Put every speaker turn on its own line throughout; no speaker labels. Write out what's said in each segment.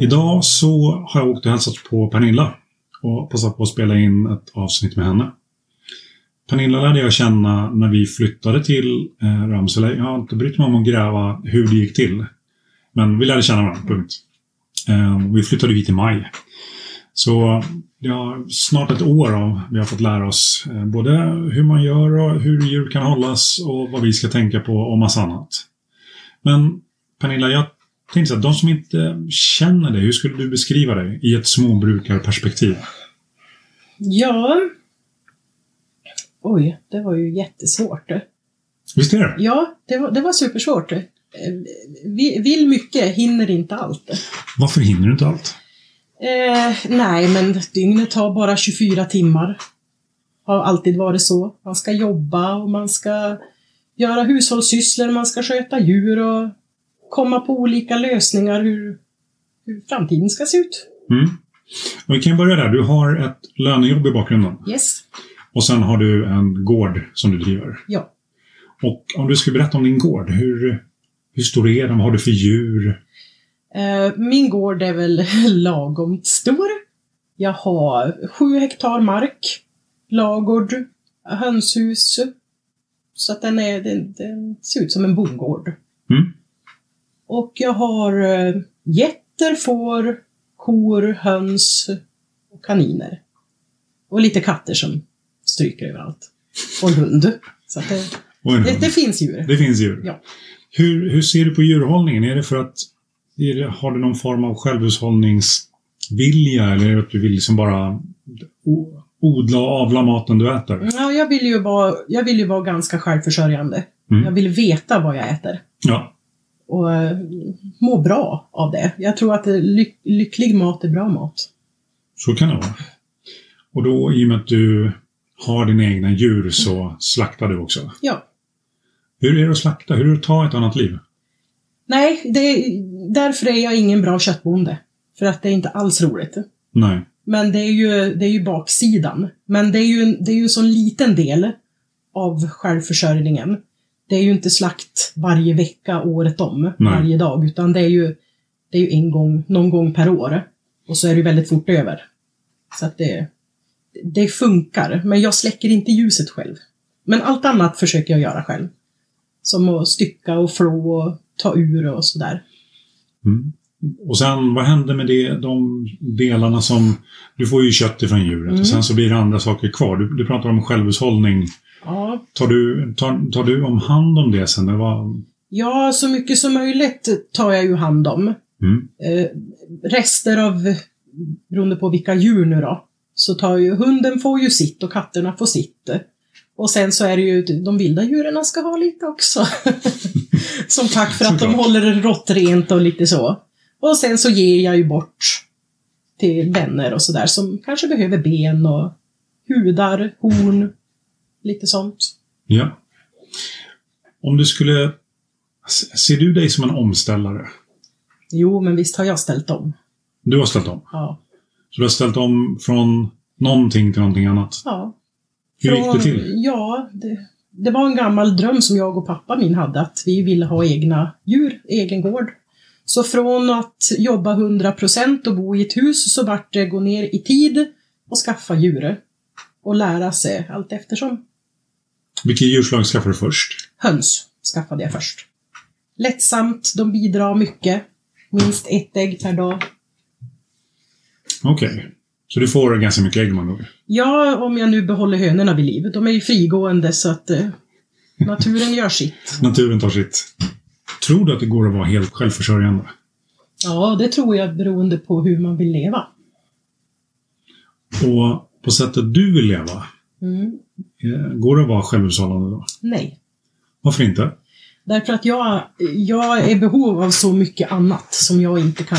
Idag så har jag åkt och hälsat på Pernilla och passat på att spela in ett avsnitt med henne. Pernilla lärde jag känna när vi flyttade till eh, Ramsele. Jag har inte brytt mig om att gräva hur det gick till. Men vi lärde känna varandra, punkt. Eh, vi flyttade hit i maj. Så ja, snart ett år av vi har fått lära oss eh, både hur man gör och hur djur kan hållas och vad vi ska tänka på och massa annat. Men Pernilla, jag tänkte så här, de som inte känner dig, hur skulle du beskriva dig i ett småbrukarperspektiv?
Ja. Oj, det var ju jättesvårt.
Visst är det?
Ja, det var, det var supersvårt. Eh, vi- Vill mycket, hinner inte allt.
Varför hinner du inte allt?
Eh, nej, men dygnet har bara 24 timmar. Har alltid varit så. Man ska jobba och man ska göra hushållssysslor, man ska sköta djur och komma på olika lösningar hur, hur framtiden ska se ut.
Mm. Och vi kan börja där. Du har ett lönejobb i bakgrunden.
Yes.
Och sen har du en gård som du driver.
Ja.
Och om du skulle berätta om din gård, hur, hur stor är den? Vad har du för djur?
Eh, Min gård är väl lagom stor. Jag har sju hektar mark, lagård, hönshus. Så att den, är, den, den ser ut som en bondgård.
Mm.
Och jag har eh, getter, får, kor, höns och kaniner. Och lite katter som stryker överallt. Och en hund. Så att det,
Och en
det,
hund.
det finns djur.
Det finns djur.
Ja.
Hur, hur ser du på djurhållningen? Är det för att är det, har du någon form av självhushållningsvilja eller är det att du vill liksom bara o- odla och avla maten du äter?
Ja, jag, vill ju vara, jag vill ju vara ganska självförsörjande.
Mm.
Jag vill veta vad jag äter.
Ja.
och eh, må bra av det. Jag tror att eh, ly- lycklig mat är bra mat.
Så kan det vara. Och då i och med att du har dina egna djur så slaktar du också.
Ja.
Hur är det att slakta? Hur är det att ta ett annat liv?
Nej, det, därför är jag ingen bra köttbonde. För att det är inte alls roligt.
Nej.
Men det är ju, det är ju baksidan. Men det är ju, det är ju en sån liten del av självförsörjningen. Det är ju inte slakt varje vecka, året om, varje dag, utan det är ju, det är ju en gång, någon gång per år. Och så är det ju väldigt fort över. Så att det, det funkar, men jag släcker inte ljuset själv. Men allt annat försöker jag göra själv. Som att stycka och flå och ta ur och sådär.
Mm. Och sen, vad händer med det, de delarna som... Du får ju kött ifrån djuret
Mm.
och sen så blir det andra saker kvar. Du, du pratar om självhushållning.
Ja,
Tar du, tar, tar du om hand om det sen? eller vad?
ja, så mycket som möjligt tar jag ju hand om.
Mm.
eh, rester av, beroende på vilka djur nu då, så tar ju hunden får ju sitt och katterna får sitt. Och sen så är det ju, de vilda djuren ska ha lite också. Som tack för att de
Såklart.
håller det råttrent och lite så. Och sen så ger jag ju bort till vänner och sådär som kanske behöver ben och hudar, horn, lite sånt.
Ja. Om du skulle... se- Ser du dig som en omställare?
Jo, men visst har jag ställt om.
Du har ställt om.
Ja.
Så du har ställt om från någonting till någonting annat.
ja.
Hur gick det
Från-
till?
Ja, det, det var en gammal dröm som jag och pappa min hade, att vi ville ha egna djur, egen gård. Så från att jobba 100% och bo i ett hus så vart det gå ner i tid och skaffa djur. Och lära sig allt eftersom.
Vilket djurslag skaffade du först?
Höns skaffade jag först. Lättsamt, de bidrar mycket. Minst ett ägg per dag.
Okej. Så du får ganska mycket ägg man gånger.
Ja, om jag nu behåller hönorna vid liv. De är ju frigående så att eh, naturen gör sitt.
Naturen tar sitt. Tror du att det går att vara helt självförsörjande?
Ja, det tror jag beroende på hur man vill leva.
Och på sättet du vill leva,
Mm.
eh, går det att vara självhushållande då?
Nej.
Varför inte?
Därför att jag, jag är i behov av så mycket annat som jag inte kan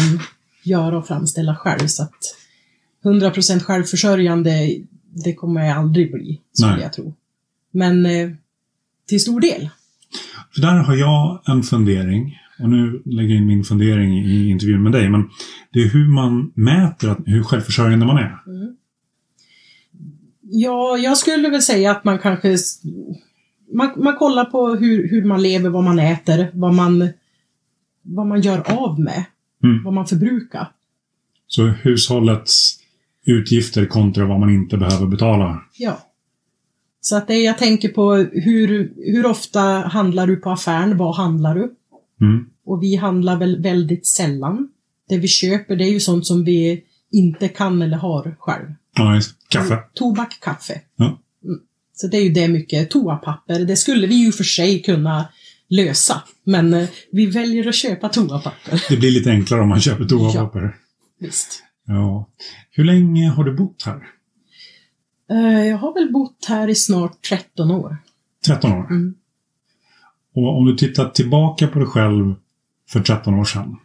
göra och framställa själv. Så att 100% självförsörjande, det kommer jag aldrig bli, skulle
Nej.
jag tro. Men eh, till stor del.
För där har jag en fundering. Och nu lägger jag in min fundering i intervjun med dig. Men det är hur man mäter att, hur självförsörjande man är.
Ja, jag skulle väl säga att man kanske... s- Man, man kollar på hur, hur man lever, vad man äter, vad man, vad man gör av med.
Mm.
vad man förbrukar.
Så hushållets utgifter kontra vad man inte behöver betala.
Ja. Så att det jag tänker på hur, hur ofta handlar du på affären? Vad handlar du?
Mm.
Och vi handlar väl väldigt sällan. Det vi köper det är ju sånt som vi inte kan eller har själv. Mm.
Ja, just. Kaffe.
Tobak, kaffe.
Ja.
Mm. Så det är ju det mycket. Toapapper, det skulle vi ju för sig kunna lösa. Men eh, vi väljer att köpa toapapper.
Det blir lite enklare om man köper toapapper.
Visst.
Ja. Hur länge har du bott här?
Eh, Jag har väl bott här i snart 13 år.
13 år.
Mm.
Och om du tittar tillbaka på dig själv för 13 år sedan.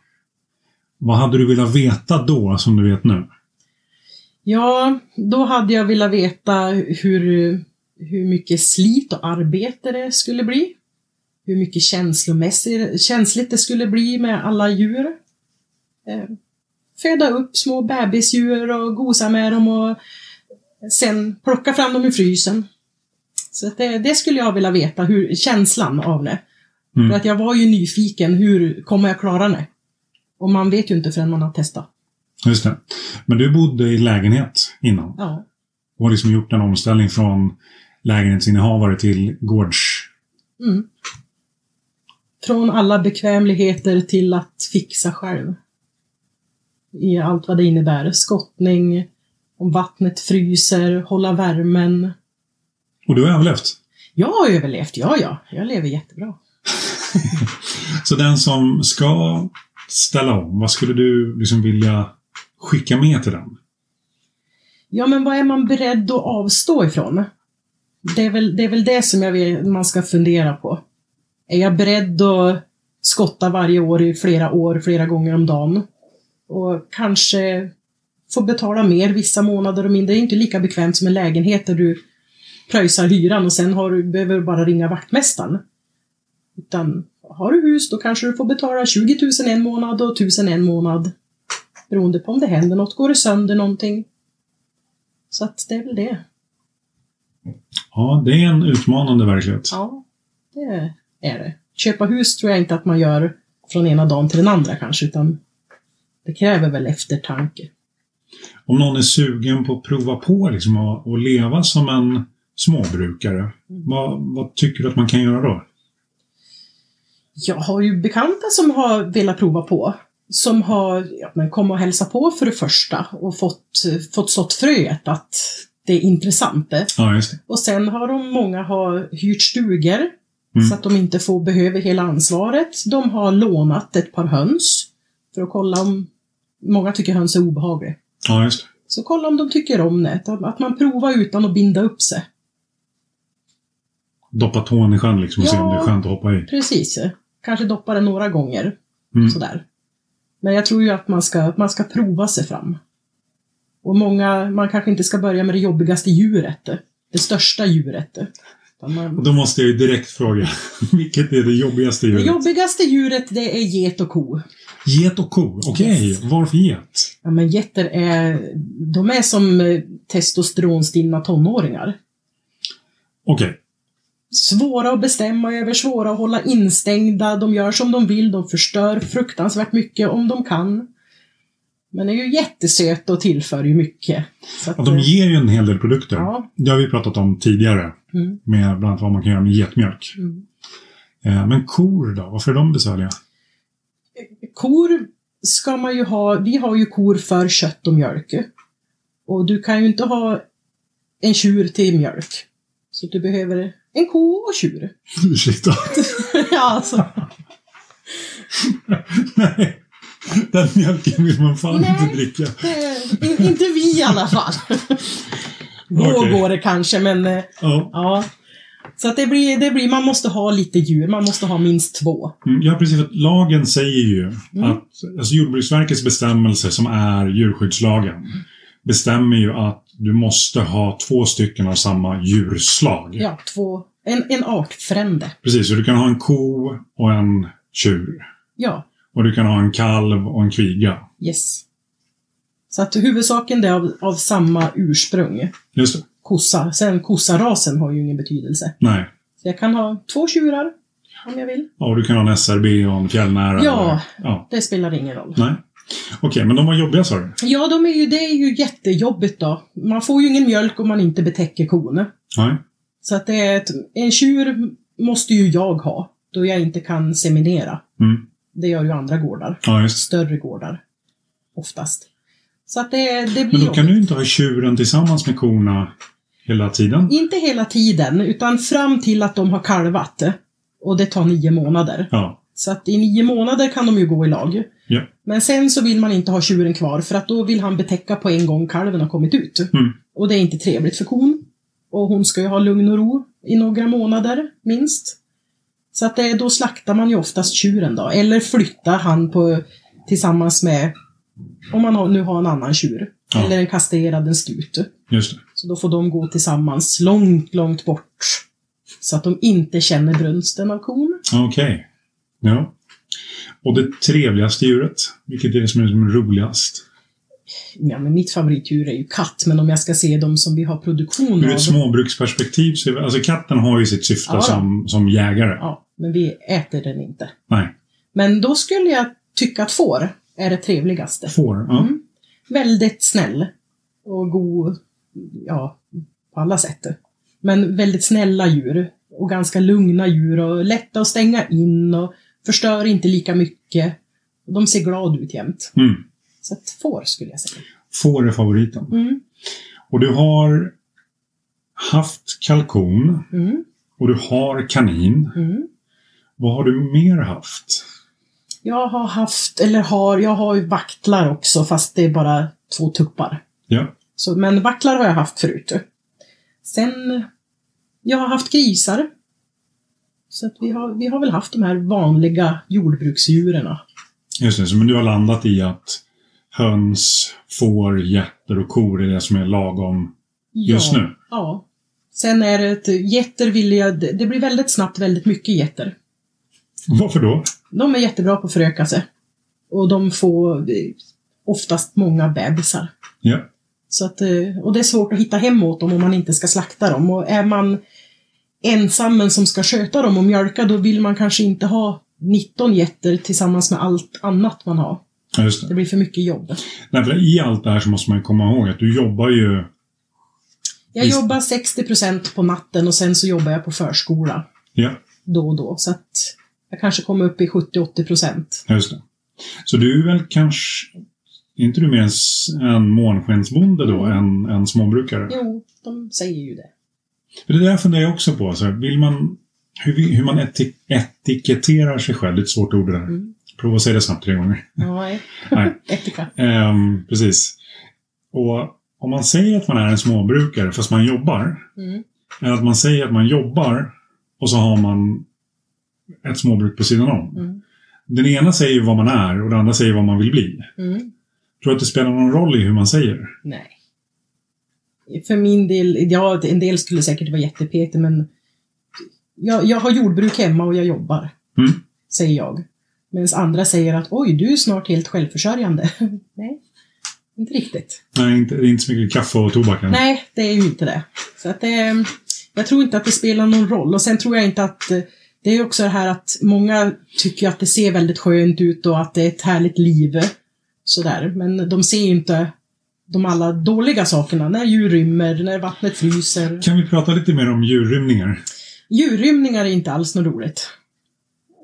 Vad hade du velat veta då som du vet nu?
Ja, då hade jag velat veta hur, hur mycket slit och arbete det skulle bli. Hur mycket känslomässigt, känsligt det skulle bli med alla djur. Eh, Föda upp små bebisdjur och gosa med dem och sen plocka fram dem ur frysen. Så att det, det skulle jag vilja veta, hur, känslan av det.
Mm.
För att jag var ju nyfiken, hur kommer jag klara det? Och man vet ju inte förrän man har testat.
Just det. Men du bodde i lägenhet innan
Ja.
och har liksom gjort en omställning från lägenhetsinnehavare till gårds...
Mm. Från alla bekvämligheter till att fixa själv. I allt vad det innebär. Skottning, om vattnet fryser, hålla värmen.
Och du har överlevt.
Jag har överlevt, ja ja. Jag lever jättebra.
Så den som ska ställa om, vad skulle du liksom vilja skicka med till den?
Ja, men vad är man beredd att avstå ifrån? Det är väl det, är väl det som jag vill man ska fundera på. Är jag beredd att skotta varje år i flera år, flera gånger om dagen? Och kanske få betala mer vissa månader och mindre. Det är inte lika bekvämt som en lägenhet där du pröjsar hyran och sen har du, behöver du bara ringa vaktmästaren. Utan har du hus, då kanske du får betala 20 000 en månad och 1000 en månad. Beroende på om det händer något, går det sönder någonting. Så att det är väl det.
Ja, det är en utmanande verklighet.
Ja, det är det. Köpa hus tror jag inte att man gör från ena dagen till den andra kanske, utan det kräver väl eftertanke.
Om någon är sugen på att prova på liksom, att, att leva som en småbrukare,
Mm.
vad, vad tycker du att man kan göra då?
Jag har ju bekanta som har velat prova på. Som har ja, men kom och hälsa på för det första och fått, fått sått fröet att det är intressant. det.
Ja, just det.
Och sen har de, många har hyrt stugor
Mm.
så att de inte får, behöver hela ansvaret. De har lånat ett par höns för att kolla om... Många tycker höns är obehagliga.
Ja, just det.
Så kolla om de tycker om det. Att- Att man provar utan att binda upp sig.
Doppa tån i sjön liksom och se om det är
Ja.
skönt att hoppa i.
Precis. Kanske doppa det några gånger.
Mm.
Sådär. Men jag tror ju att man ska, att man ska prova sig fram. Och många, man kanske inte ska börja med det jobbigaste djuret. Det största djuret. Utan
Och
man,
Då måste jag ju direkt fråga, vilket är det jobbigaste
det
djuret?
jobbigaste djuret det är get och ko.
Get och ko. Okej,
Yes.
varför get?
Ja, men getter är, de är som eh, testosteronstinna tonåringar.
Okej,
svåra att bestämma över, svåra att hålla instängda, de gör som de vill, de förstör fruktansvärt mycket om de kan. Men är ju jättesöta och tillför ju mycket. Så att, eh,
ja, de ger ju en hel del produkter.
Mm. Ja.
Det har vi pratat om tidigare,
Mm.
med bland annat vad man kan göra med getmjölk.
Mm.
Eh, Men kor då, varför är de besvärliga?
Kor ska man ju ha, vi har ju kor för kött och mjölk. Och du kan ju inte ha en tjur till mjölk. Så du behöver en ko och tjur.
Ursäkta.
ja, alltså.
Nej, den mjölken vill man fan
Nej.
inte dricka.
Det- in- Inte vi i alla fall. Då
Okej.
går det kanske, men eh,
Ja,
Ja. Så att det blir, det blir, man måste ha lite djur, man måste ha minst två.
mm, ja, precis. För att lagen säger ju
Mm.
att alltså, Jordbruksverkets bestämmelser, som är djurskyddslagen, bestämmer ju att du måste ha två stycken av samma djurslag.
Ja, två. En, en artfrände.
Precis, så du kan ha en ko och en tjur.
Ja,
Och du kan ha en kalv och en kviga.
yes. Så att huvudsaken det är av, av samma ursprung.
Just det.
Kossa. Sen kossarasen har ju ingen betydelse.
Nej.
Så jag kan ha två tjurar om jag vill.
Mm. Ja, och du kan ha en SRB och en fjällnära.
Ja.
eller- ja.
Det spelar ingen roll.
Nej. Okej, men de var jobbiga sa du?
Ja, de är ju, det är ju jättejobbigt då. Man får ju ingen mjölk om man inte betäcker kon.
Nej.
Så att det är ett, en tjur måste ju jag ha, då jag inte kan seminera.
Mm.
Det gör ju andra gårdar.
Ja, just
Större gårdar. Oftast. Så att det, det blir
Men då kan
jobbigt.
du inte ha tjuren tillsammans med korna hela tiden?
Inte hela tiden, utan fram till att de har kalvat. Och det tar nio månader.
Ja.
Så att i nio månader kan de ju gå i lag.
Ja.
Men sen så vill man inte ha tjuren kvar för att då vill han betäcka på en gång kalven har kommit ut.
Mm.
Och det är inte trevligt för kon. Och hon ska ju ha lugn och ro i några månader, minst. Så att det, då slaktar man ju oftast tjuren då. Eller flyttar han på, tillsammans med, om man har, nu har en annan tjur.
Ja.
Eller en kastrerad, en skut.
Just det.
Så då får de gå tillsammans långt, långt bort. Så att de inte känner brunsten av kon.
Ja, Okej. Ja. Och det trevligaste djuret? Vilket är det som är som är roligast?
Ja, men mitt favoritdjur är ju katt, men om jag ska se dem som vi har produktion
Ur
av.
ett småbruksperspektiv så är alltså katten har ju sitt syfte
Ja.
som, som jägare.
Ja, men vi äter den inte.
Nej.
Men då skulle jag tycka att får är det trevligaste.
Får. Ja.
Mm. Väldigt snäll och god, ja, på alla sätt. Men väldigt snälla djur och ganska lugna djur och lätta att stänga in och förstör inte lika mycket. De ser glada ut jämt.
Mm.
Så att får skulle jag säga.
Får är favoriten.
Mm.
Och du har haft kalkon
Mm.
och du har kanin.
Mm.
Vad har du mer haft?
Jag har haft, eller har, jag har ju vaktlar också fast det är bara två tuppar.
Ja.
Så, men vaktlar har jag haft förut. Sen, jag har haft grisar. Så att vi, har, vi har väl haft de här vanliga jordbruksdjuren.
Just det, så men du har landat i att höns, får, getter och kor är det som är lagom just
ja,
nu.
Ja. Sen är det ett, getter vill jag, det det blir väldigt snabbt väldigt mycket getter.
Varför då?
De är jättebra på att föröka sig. Och de får eh, oftast många bebisar.
Ja.
Så att, eh, och det är svårt att hitta hem åt dem om man inte ska slakta dem. Och är man ensam men som ska sköta dem och mjölka, då vill man kanske inte ha 19 getter tillsammans med allt annat man har.
Ja, just det.
Det blir för mycket jobb.
Nej, för I allt det här så måste man ju komma ihåg att du jobbar ju...
Jag
Visst.
jobbar 60 på natten och sen så jobbar jag på förskola
Ja,
då och då. Så att jag kanske kommer upp i 70-80
just det. Så du är väl kanske... Är inte du mer en, s- en månskensbonde då än en småbrukare?
Jo, de säger ju det.
För det där funderar jag också på. Så här, vill man, hur, vi- hur man eti- etiketterar sig själv. Det är ett svårt ord det där.
Mm.
Prova att säga det snabbt tre gånger.
Nej,
Nej.
etika.
Ehm, precis. Och om man säger att man är en småbrukare fast man jobbar.
Mm.
Eller att man säger att man jobbar och så har man ett småbruk på sidan om.
Mm.
Den ena säger vad man är och den andra säger vad man vill bli.
Mm.
Tror du att det spelar någon roll i hur man säger?
Nej. För min del, ja, en del skulle säkert vara jättepetig, men jag, jag har jordbruk hemma och jag jobbar,
Mm.
säger jag. Medan andra säger att oj, du är snart helt självförsörjande. Nej, inte riktigt.
Nej, inte, det är inte så mycket kaffe och tobak än.
Nej, det är ju inte det. Så att det, jag tror inte att det spelar någon roll. Och sen tror jag inte att eh, det är också det här att många tycker att det ser väldigt skönt ut och att det är ett härligt liv. Sådär. Men de ser ju inte de alla dåliga sakerna. När djur rymmer, när vattnet fryser.
Kan vi prata lite mer om djurrymningar?
Djurrymningar är inte alls något roligt.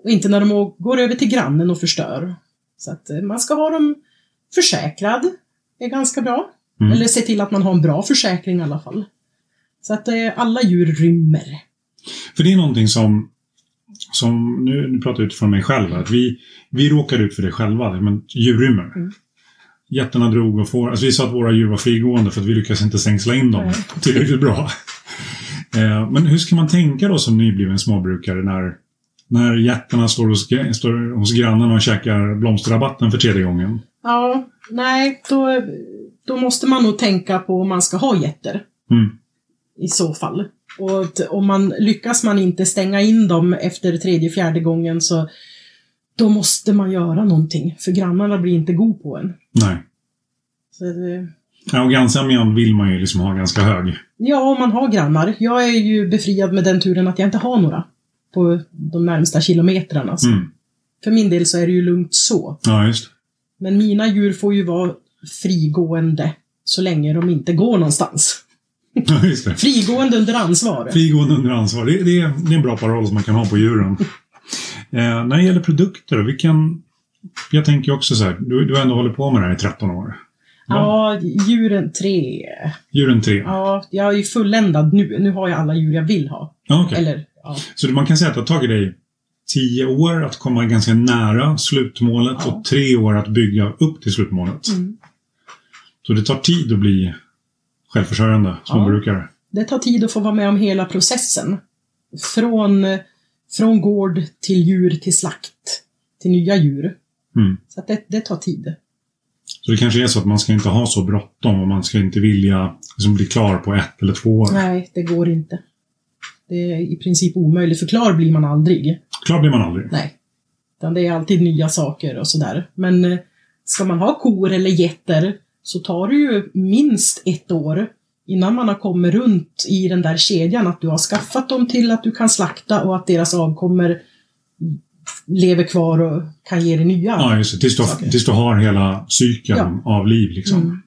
Och inte när de å- går över till grannen och förstör. Så att eh, man ska ha dem försäkrad. Det är ganska bra.
Mm.
Eller se till att man har en bra försäkring i alla fall. Så att eh, alla djur rymmer.
För det är någonting som, som nu, nu pratar jag utifrån mig själv, att vi, vi råkade ut för det själva, men djurrymmer.
Mm.
Getterna drog och får, alltså vi sa att våra djur var frigående för att vi lyckades inte sängsla in dem
Nej.
tillräckligt bra. Eh, men hur ska man tänka då som nybliven småbrukare när, när getterna står hos, gra- står hos grannen och käkar blomsterrabatten för tredje gången?
Ja, nej, då, då måste man nog tänka på om man ska ha getter.
Mm.
I så fall. Och att om man lyckas man inte stänga in dem efter tredje, fjärde gången så då måste man göra någonting. För grannarna blir inte god på en.
Nej.
Så, eh,
Ja, och grannsämjan vill man ju liksom ha ganska hög.
ja, om man har grannar. Jag är ju befriad med den turen att jag inte har några på de närmsta kilometrarna. Så
Mm.
För min del så är det ju lugnt så.
Ja, just
Men mina djur får ju vara frigående så länge de inte går någonstans.
Ja, just det.
Frigående under ansvar.
Frigående under ansvar. Det, det, är- det är en bra paroll som man kan ha på djuren. Eh, när det gäller produkter, vi kan... Jag tänker också så här, du, du har ändå hållit på med det här i 13 år.
Ja, djuren tre.
Djuren 3. Ja.
Ja, jag är ju fulländad nu. Nu har jag alla djur jag vill ha.
okej.
Eller, ja.
Så man kan säga att det har tagit dig 10 år att komma ganska nära slutmålet
Ja.
och 3 år att bygga upp till slutmålet.
Mm.
Så det tar tid att bli självförsörjande småbrukare.
Det tar tid att få vara med om hela processen. Från, från gård till djur till slakt. Till nya djur.
Mm.
Så att det, det tar tid.
Så det kanske är så att man ska inte ha så bråttom och man ska inte vilja liksom bli klar på ett eller två år.
Nej, det går inte. Det är i princip omöjligt, för klar blir man aldrig.
Klar blir man aldrig.
Nej. Utan det är alltid nya saker och sådär. Men eh, ska man ha kor eller getter så tar det ju minst ett år innan man har kommit runt i den där kedjan att du har skaffat dem till att du kan slakta och att deras avkommor lever kvar och kan ge dig nya.
Ja, just det. Tills du,
Saker.
tills du har hela cykeln av liv liksom.
Mm.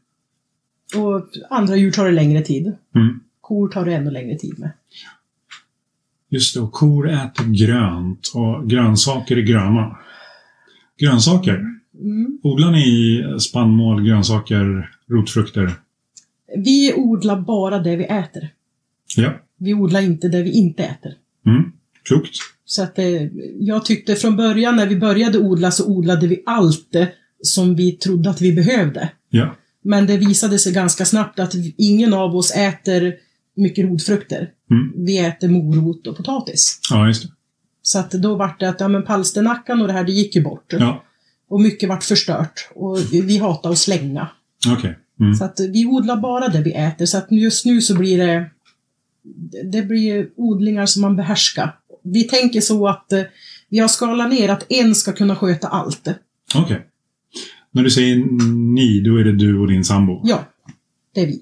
Och andra djur tar det längre tid.
Mm.
Kor tar det ännu längre tid med.
Just det, och kor äter grönt och grönsaker är gröna. Grönsaker.
Mm.
Odlar ni spannmål, grönsaker, rotfrukter?
Vi odlar bara det vi äter.
Ja.
Vi odlar inte det vi inte äter.
Mm. Klokt.
Så att eh, jag tyckte från början när vi började odla så odlade vi allt eh, som vi trodde att vi behövde.
Ja.
Men det visade sig ganska snabbt att vi- ingen av oss äter mycket rotfrukter.
Mm.
Vi äter morot och potatis.
Ja, just det.
Så att då vart det att ja, men palsternackan och det här, det gick ju bort.
Ja,
Och mycket vart förstört. Och vi, vi hatar att slänga.
okej. Mm.
Så att eh, vi odlar bara det vi äter. Så att just nu så blir det, det- det blir odlingar som man behärskar. Vi tänker så att eh, vi har skalat ner att en ska kunna sköta allt.
Okej. När du säger ni, då är det du och din sambo?
Ja, det är vi.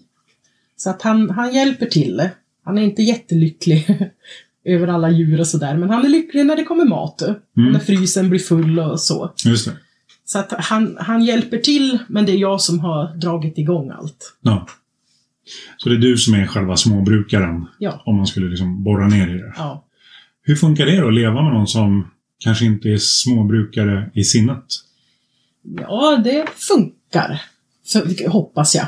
Så att han, han hjälper till. Han är inte jättelycklig över alla djur och sådär, men han är lycklig när det kommer mat.
Mm.
När frysen blir full och så.
Just det.
Så att han, han hjälper till, men det är jag som har dragit igång allt.
Ja. Så det är du som är själva småbrukaren,
Ja,
om man skulle liksom borra ner i det.
ja.
Hur funkar det då, att leva med någon som kanske inte är småbrukare i sinnet?
Ja, det funkar. För, hoppas jag.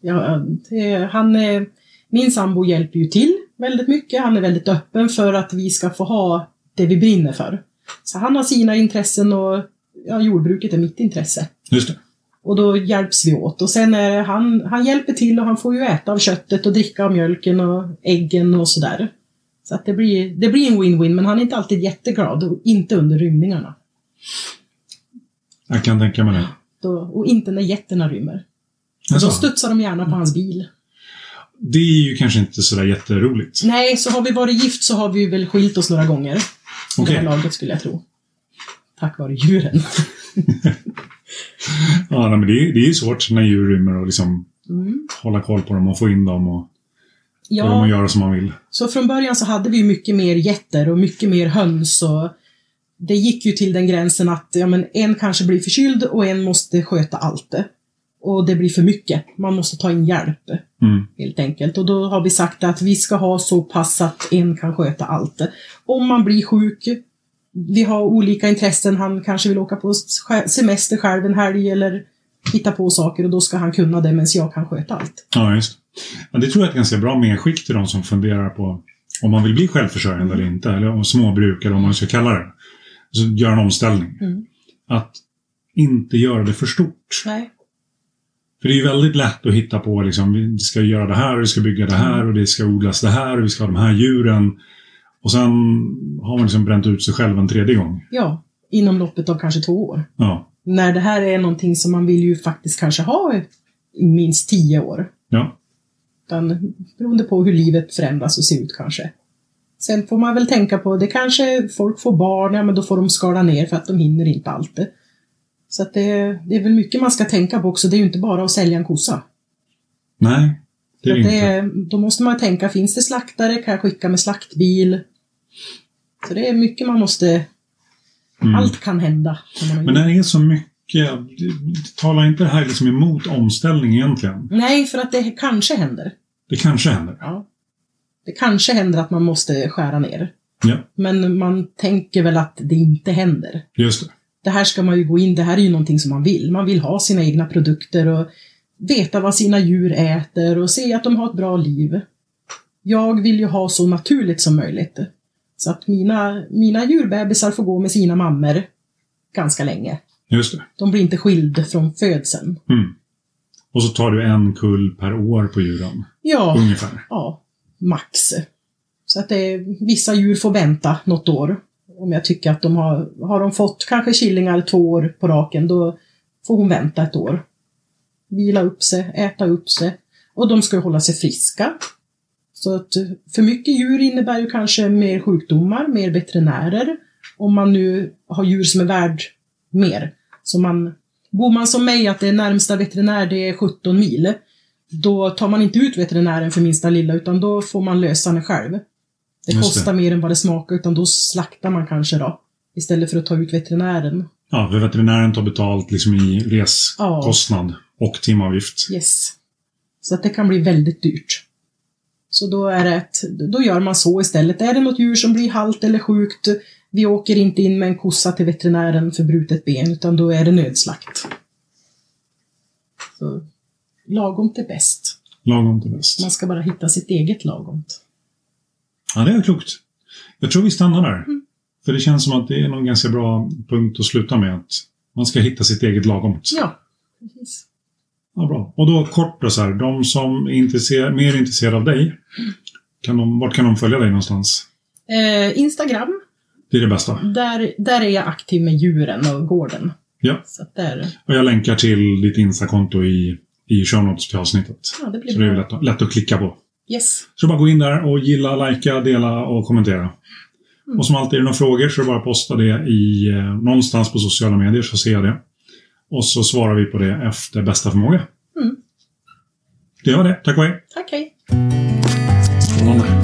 Ja, det, han är, min sambo hjälper ju till väldigt mycket. Han är väldigt öppen för att vi ska få ha det vi brinner för. Så han har sina intressen och ja, jordbruket är mitt intresse.
Just det.
Och då hjälps vi åt. Och sen är det, han, han hjälper till och han får ju äta av köttet och dricka av mjölken och äggen och sådär. Så att det blir, det blir en win-win, men han är inte alltid jätteglad. Och inte under rymningarna.
Jag kan tänka mig det.
Då, och inte när getterna rymmer.
Alltså,
Då studsar de gärna på hans bil.
det är ju kanske inte sådär jätteroligt.
Nej, så har vi varit gift så har vi väl skilt oss några gånger. I det
Okej.
här laget skulle jag tro. Tack vare djuren.
Ja, nej, men det, är- det är ju svårt när djur rymmer och liksom
Mm.
hålla koll på dem och få in dem och få dem att
Ja,
göra som man vill.
så från början så hade vi ju mycket mer getter och mycket mer höns och det gick ju till den gränsen att ja, men en kanske blir förkyld och en måste sköta allt. Och det blir för mycket. Man måste ta in hjälp.
Mm.
helt enkelt. Och då har vi sagt att vi ska ha så pass att en kan sköta allt. Om man blir sjuk, vi har olika intressen, han kanske vill åka på sj- semester själv en helg eller hitta på saker och då ska han kunna det medan jag kan sköta allt.
Ja, just ja, Det tror jag är ett ganska bra medskick till de som funderar på om man vill bli självförsörjande
Mm.
eller inte, eller om småbruk eller om man ska kalla det. Så göra en omställning.
Mm.
Att inte göra det för stort.
Nej.
För det är ju väldigt lätt att hitta på liksom, vi ska göra det här, och vi ska bygga det här och det ska odlas det här och vi ska ha de här djuren. Och sen har man liksom bränt ut sig själv en tredje gång.
Ja, inom loppet av kanske två år.
Ja.
När det här är någonting som man vill ju faktiskt kanske ha i minst tio år.
Ja.
Utan beroende på hur livet förändras och ser ut kanske. Sen får man väl tänka på, det kanske folk får barn, ja men då får de skala ner för att de hinner inte allt. Så att det, det är väl mycket man ska tänka på också, det är ju inte bara att sälja en kossa.
Nej. Det är
För
det
att
inte.
det är, då måste man tänka, finns det slaktare, kan jag skicka med slaktbil? Så det är mycket man måste,
Mm.
allt kan hända. när man har
Men
gjort.
när det är så mycket mycket. Talar inte det här liksom emot omställning egentligen?
Nej, för att det kanske händer.
Det kanske händer.
Ja. Det kanske händer att man måste skära ner.
Ja,
Men man tänker väl att det inte händer.
just det.
Det här ska man ju gå in, det här är ju någonting som man vill. Man vill ha sina egna produkter och veta vad sina djur äter och se att de har ett bra liv. Jag vill ju ha så naturligt som möjligt. Så att mina, mina djurbebisar får gå med sina mammor ganska länge.
Just det.
De blir inte skild från födseln.
Mm. Och så tar du en kull per år på djuren.
Ja,
Ungefär.
ja, max. Så att det är, vissa djur får vänta något år. Om jag tycker att de har, har de fått kanske killingar två år på raken, då får hon vänta ett år. Vila upp sig, äta upp sig. Och de ska ju hålla sig friska. Så att eh, för mycket djur innebär ju kanske mer sjukdomar, mer veterinärer. Om man nu har djur som är värd mer. Så man, bor man som mig att det är närmsta veterinär det är 17 mil, då tar man inte ut veterinären för minsta lilla utan då får man lösa den själv. Det
Just
kostar mer än vad det smakar utan då slaktar man kanske då. Istället för att ta ut veterinären.
Ja, för veterinären tar betalt liksom i reskostnad och timavgift.
Yes. Så att det kan bli väldigt dyrt. Så då är det ett, då gör man så istället. Är det något djur som blir halt eller sjukt, vi åker inte in med en kossa till veterinären för brutet ben, utan då är det nödslakt. Så, lagomt är bäst.
Lagom till bäst.
Man ska bara hitta sitt eget lagomt.
Ja, det är klokt. Jag tror vi stannar där.
Mm.
För det känns som att det är någon ganska bra punkt att sluta med. Att man ska hitta sitt eget lagomt.
Ja, precis.
Ja, bra. Och då kort då så här, de som är intresser- mer intresserade av dig, kan de, vart kan de följa dig någonstans?
Eh, Instagram,
Det är det bästa.
där, där är jag aktiv med djuren och gården.
Ja.
Så att där,
Och jag länkar till ditt Insta-konto i, i show notes till avsnittet.
ja det
Så
blir
det är
bra.
lätt, lätt att klicka på.
Yes.
Så bara gå in där och gilla, likea, dela och kommentera.
Mm.
Och som alltid är det några frågor så är det bara att posta det i, eh, någonstans på sociala medier så ser jag det. Och så svarar vi på det efter bästa förmåga.
Mm.
Det var det. Tack och hej.
Tack, hej.
Strålande.